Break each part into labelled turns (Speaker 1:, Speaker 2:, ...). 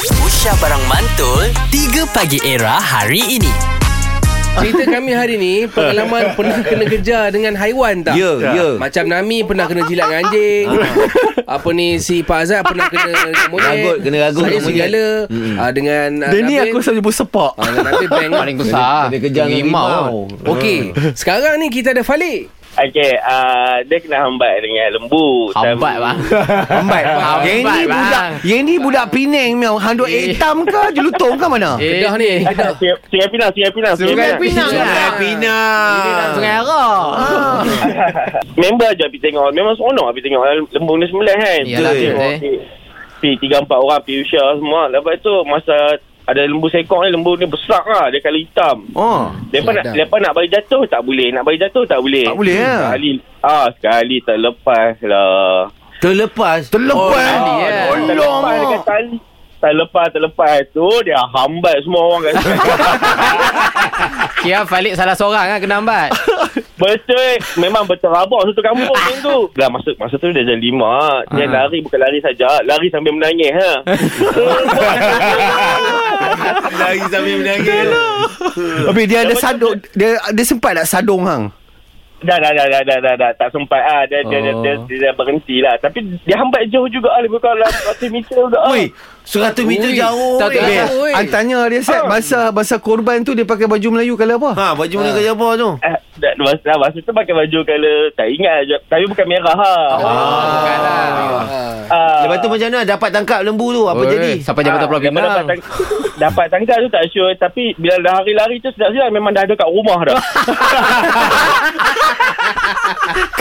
Speaker 1: Syah Barang Mantul 3 Pagi Era hari ini
Speaker 2: Cerita kami hari ni Pengalaman pernah kena kejar Dengan haiwan tak?
Speaker 3: Ya, ya.
Speaker 2: Macam Nami pernah kena jilat dengan anjing Apa ni Si Pak Azad pernah kena dengan monyet
Speaker 3: Ragut, kena ragut
Speaker 2: Saya
Speaker 3: dengan monyet.
Speaker 2: serigala ah, Dengan ah,
Speaker 4: Dia ni
Speaker 2: Nabil.
Speaker 4: aku selalu bersepok
Speaker 2: Ah, dengan Nabil bank
Speaker 5: Paling besar
Speaker 3: Dia kejar dengan
Speaker 5: Rimau
Speaker 3: rimau.
Speaker 4: Oh.
Speaker 2: Okey Sekarang ni kita ada Falik
Speaker 6: Okey, uh, dia kena hambat dengan lembu.
Speaker 5: Hambat bang
Speaker 4: Hambat
Speaker 5: Hambat,
Speaker 4: Yang ni
Speaker 5: bang.
Speaker 4: budak Yang ni budak Penang miau Handuk
Speaker 5: Eh.
Speaker 4: hitam ke Jelutong ke mana
Speaker 5: Eh
Speaker 2: Kedah ni Kedah
Speaker 6: Sungai Sungai Pinang, Sungai
Speaker 5: Sungai Pinang
Speaker 6: Pinang.
Speaker 2: Sungai
Speaker 5: lah
Speaker 3: Pinang.
Speaker 5: Sungai Arah
Speaker 6: Member je pergi tengok. Memang seronok pergi tengok. Lembu ni sembilan kan.
Speaker 5: Yalah,
Speaker 6: Betul.
Speaker 5: betul, eh.
Speaker 6: Pergi- Pergi tiga empat orang, pergi usia semua. Lepas tu masa ada lembu sekong ni, lembu ni besar lah. Dia kalau hitam.
Speaker 4: Oh
Speaker 6: Lepas nak, lepas nak bagi jatuh tak boleh. Nak bagi jatuh tak boleh.
Speaker 4: Tak boleh, ya?
Speaker 6: Sekali, ah, sekali terlepas lah.
Speaker 3: Terlepas.
Speaker 4: Terlepas
Speaker 5: tadi,
Speaker 6: Ah,
Speaker 5: ya.
Speaker 6: dia
Speaker 4: Tolong
Speaker 6: Terlepas dekat tali. Terlepas, terlepas tu dia hambat semua orang kat situ.
Speaker 5: Kira Falik salah seorang kan Kena hambat
Speaker 6: Betul Memang betul rabak Satu kampung macam tu Dah Lah, masa, masa tu dia jadi lima Dia
Speaker 5: Ah.
Speaker 6: lari bukan lari saja Lari sambil menangis ha?
Speaker 3: Lari sambil menangis.
Speaker 4: Tapi dia ada sadung Dia dia sempat tak sadung hang
Speaker 6: dah, dah, dah, dah, dah, dah, dah, Tak sempat ah. dia, dia, dia,
Speaker 5: Oh.
Speaker 6: dia, dia, dah berhenti lah Tapi dia hambat jauh juga ah. Lebih kurang lah 100 meter juga ah.
Speaker 3: Oi, 100 meter
Speaker 2: Ui,
Speaker 3: jauh.
Speaker 5: tak
Speaker 3: Tak
Speaker 5: tahu.
Speaker 3: tahu.
Speaker 2: Oi.
Speaker 4: Antanya dia set Masa masa korban tu Dia pakai baju Melayu Kalau apa
Speaker 3: Ha, baju mana kerja apa tu?
Speaker 6: Ah, dah, masa, dah, masa tu pakai baju kalau Tak ingat je. Tapi bukan merah ha.
Speaker 5: Bukan lah
Speaker 2: Oh. Ah.
Speaker 6: Ah.
Speaker 3: Lepas tu macam mana dapat tangkap lembu tu? Apa
Speaker 5: Oi,
Speaker 3: jadi?
Speaker 5: Sampai jabatan Pulau
Speaker 6: dapat, lah. dapat,
Speaker 5: Pinang
Speaker 6: tang- dapat tangkap tu tak sure Tapi bila dah hari-lari tu Sedap-sedap memang dah ada kat rumah dah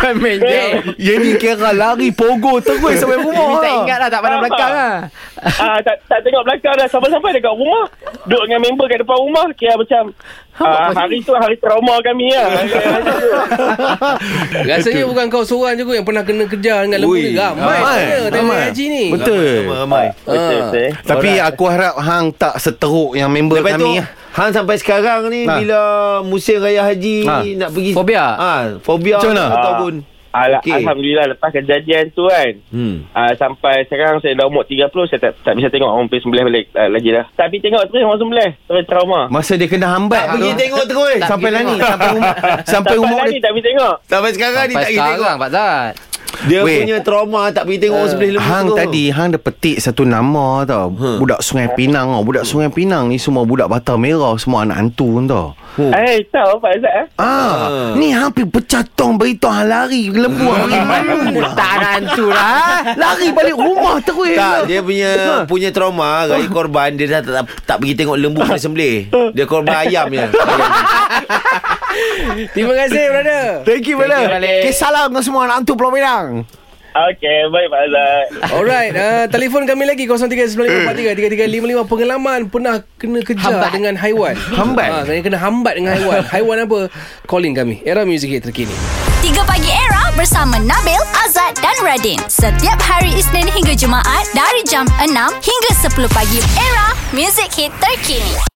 Speaker 5: Kan
Speaker 2: Eh,
Speaker 5: menjek
Speaker 4: Yang ni kira lari Pogo terus sampai rumah
Speaker 5: Ini tak
Speaker 4: lah.
Speaker 5: ingat lah Tak pandang belakang lah
Speaker 6: Ah, tak, tak tengok belakang dah sampai-sampai dekat rumah. Duduk dengan member kat depan rumah kira macam ah, hari tu hari trauma kami lah.
Speaker 2: Rasanya bukan kau seorang je kot Yang pernah kena kejar Dengan lembu
Speaker 3: Ui,
Speaker 2: ni Ramai
Speaker 4: ramai,
Speaker 2: sebenarnya Tengok
Speaker 4: ramai.
Speaker 2: haji ni
Speaker 4: Betul
Speaker 3: Ramai.
Speaker 6: Betul, betul.
Speaker 4: Tapi aku harap Hang tak seteruk Yang member
Speaker 3: Lepas tu
Speaker 4: kami
Speaker 3: Hang sampai sekarang ni
Speaker 4: Ha.
Speaker 3: Bila musim raya haji
Speaker 4: Ha.
Speaker 3: Nak pergi
Speaker 5: Fobia.
Speaker 3: ha, Fobia
Speaker 4: Macam mana?
Speaker 3: Ataupun
Speaker 6: Ala,
Speaker 3: Okey.
Speaker 6: Alhamdulillah lepas kejadian tu kan
Speaker 3: hmm.
Speaker 6: ah, Sampai sekarang saya dah umur 30 Saya tak, tak bisa tengok orang pergi sembelih balik ah, lagi dah Tapi tengok terus orang sembelih Terus trauma
Speaker 4: Masa dia kena hambat tu
Speaker 3: Pergi tengok terus
Speaker 5: Tak
Speaker 4: Sampai
Speaker 5: pergi
Speaker 4: lani
Speaker 5: tengok.
Speaker 4: Sampai umur Sampai
Speaker 6: Sampai
Speaker 4: umur
Speaker 6: lari
Speaker 4: dia
Speaker 6: tak boleh tengok
Speaker 3: Sampai sekarang Eh, ni
Speaker 5: Sampai
Speaker 3: tak pergi tengok
Speaker 5: sekarang lah, Pak Zat
Speaker 3: Dia
Speaker 4: Weh.
Speaker 3: punya trauma Tak pergi tengok orang sembelih lembu
Speaker 4: Hang
Speaker 3: tu.
Speaker 4: tadi Hang dah petik satu nama tau
Speaker 3: Hmm.
Speaker 4: Budak Sungai Pinang tau Budak Sungai Pinang ni Semua budak Batam Merah Semua anak hantu tau
Speaker 3: Oh.
Speaker 6: Eh tahu Pak Azad eh?
Speaker 4: Ah,
Speaker 3: Ha.
Speaker 4: ni hang pergi pecah tong beritahu hang lari lembu hang pergi malu lah.
Speaker 5: Tak nak hantu lah
Speaker 4: Lari balik rumah terus.
Speaker 3: Tak dia punya punya trauma Rai korban Dia dah tak, tak, tak pergi tengok lembu kena sembelih Dia korban ayam je
Speaker 2: Terima kasih brother
Speaker 4: Thank you
Speaker 5: Thank you,
Speaker 4: Bala.
Speaker 5: Balik.
Speaker 4: Okay, salam dengan semua anak hantu Pulau Pinang.
Speaker 6: Okay baik Pak Azad
Speaker 2: Alright, uh, telefon kami lagi 0395433355 pengalaman pernah kena kejar
Speaker 5: Hambat.
Speaker 2: hambat. dengan haiwan.
Speaker 4: Hambat?
Speaker 2: Ha, saya kena hambat dengan haiwan. haiwan apa? Calling kami. Era Music Hit terkini.
Speaker 7: 3 Pagi Era bersama Nabil, Azad dan Radin. Setiap hari Isnin hingga Jumaat dari jam 6 hingga 10 pagi. Era, music hit terkini.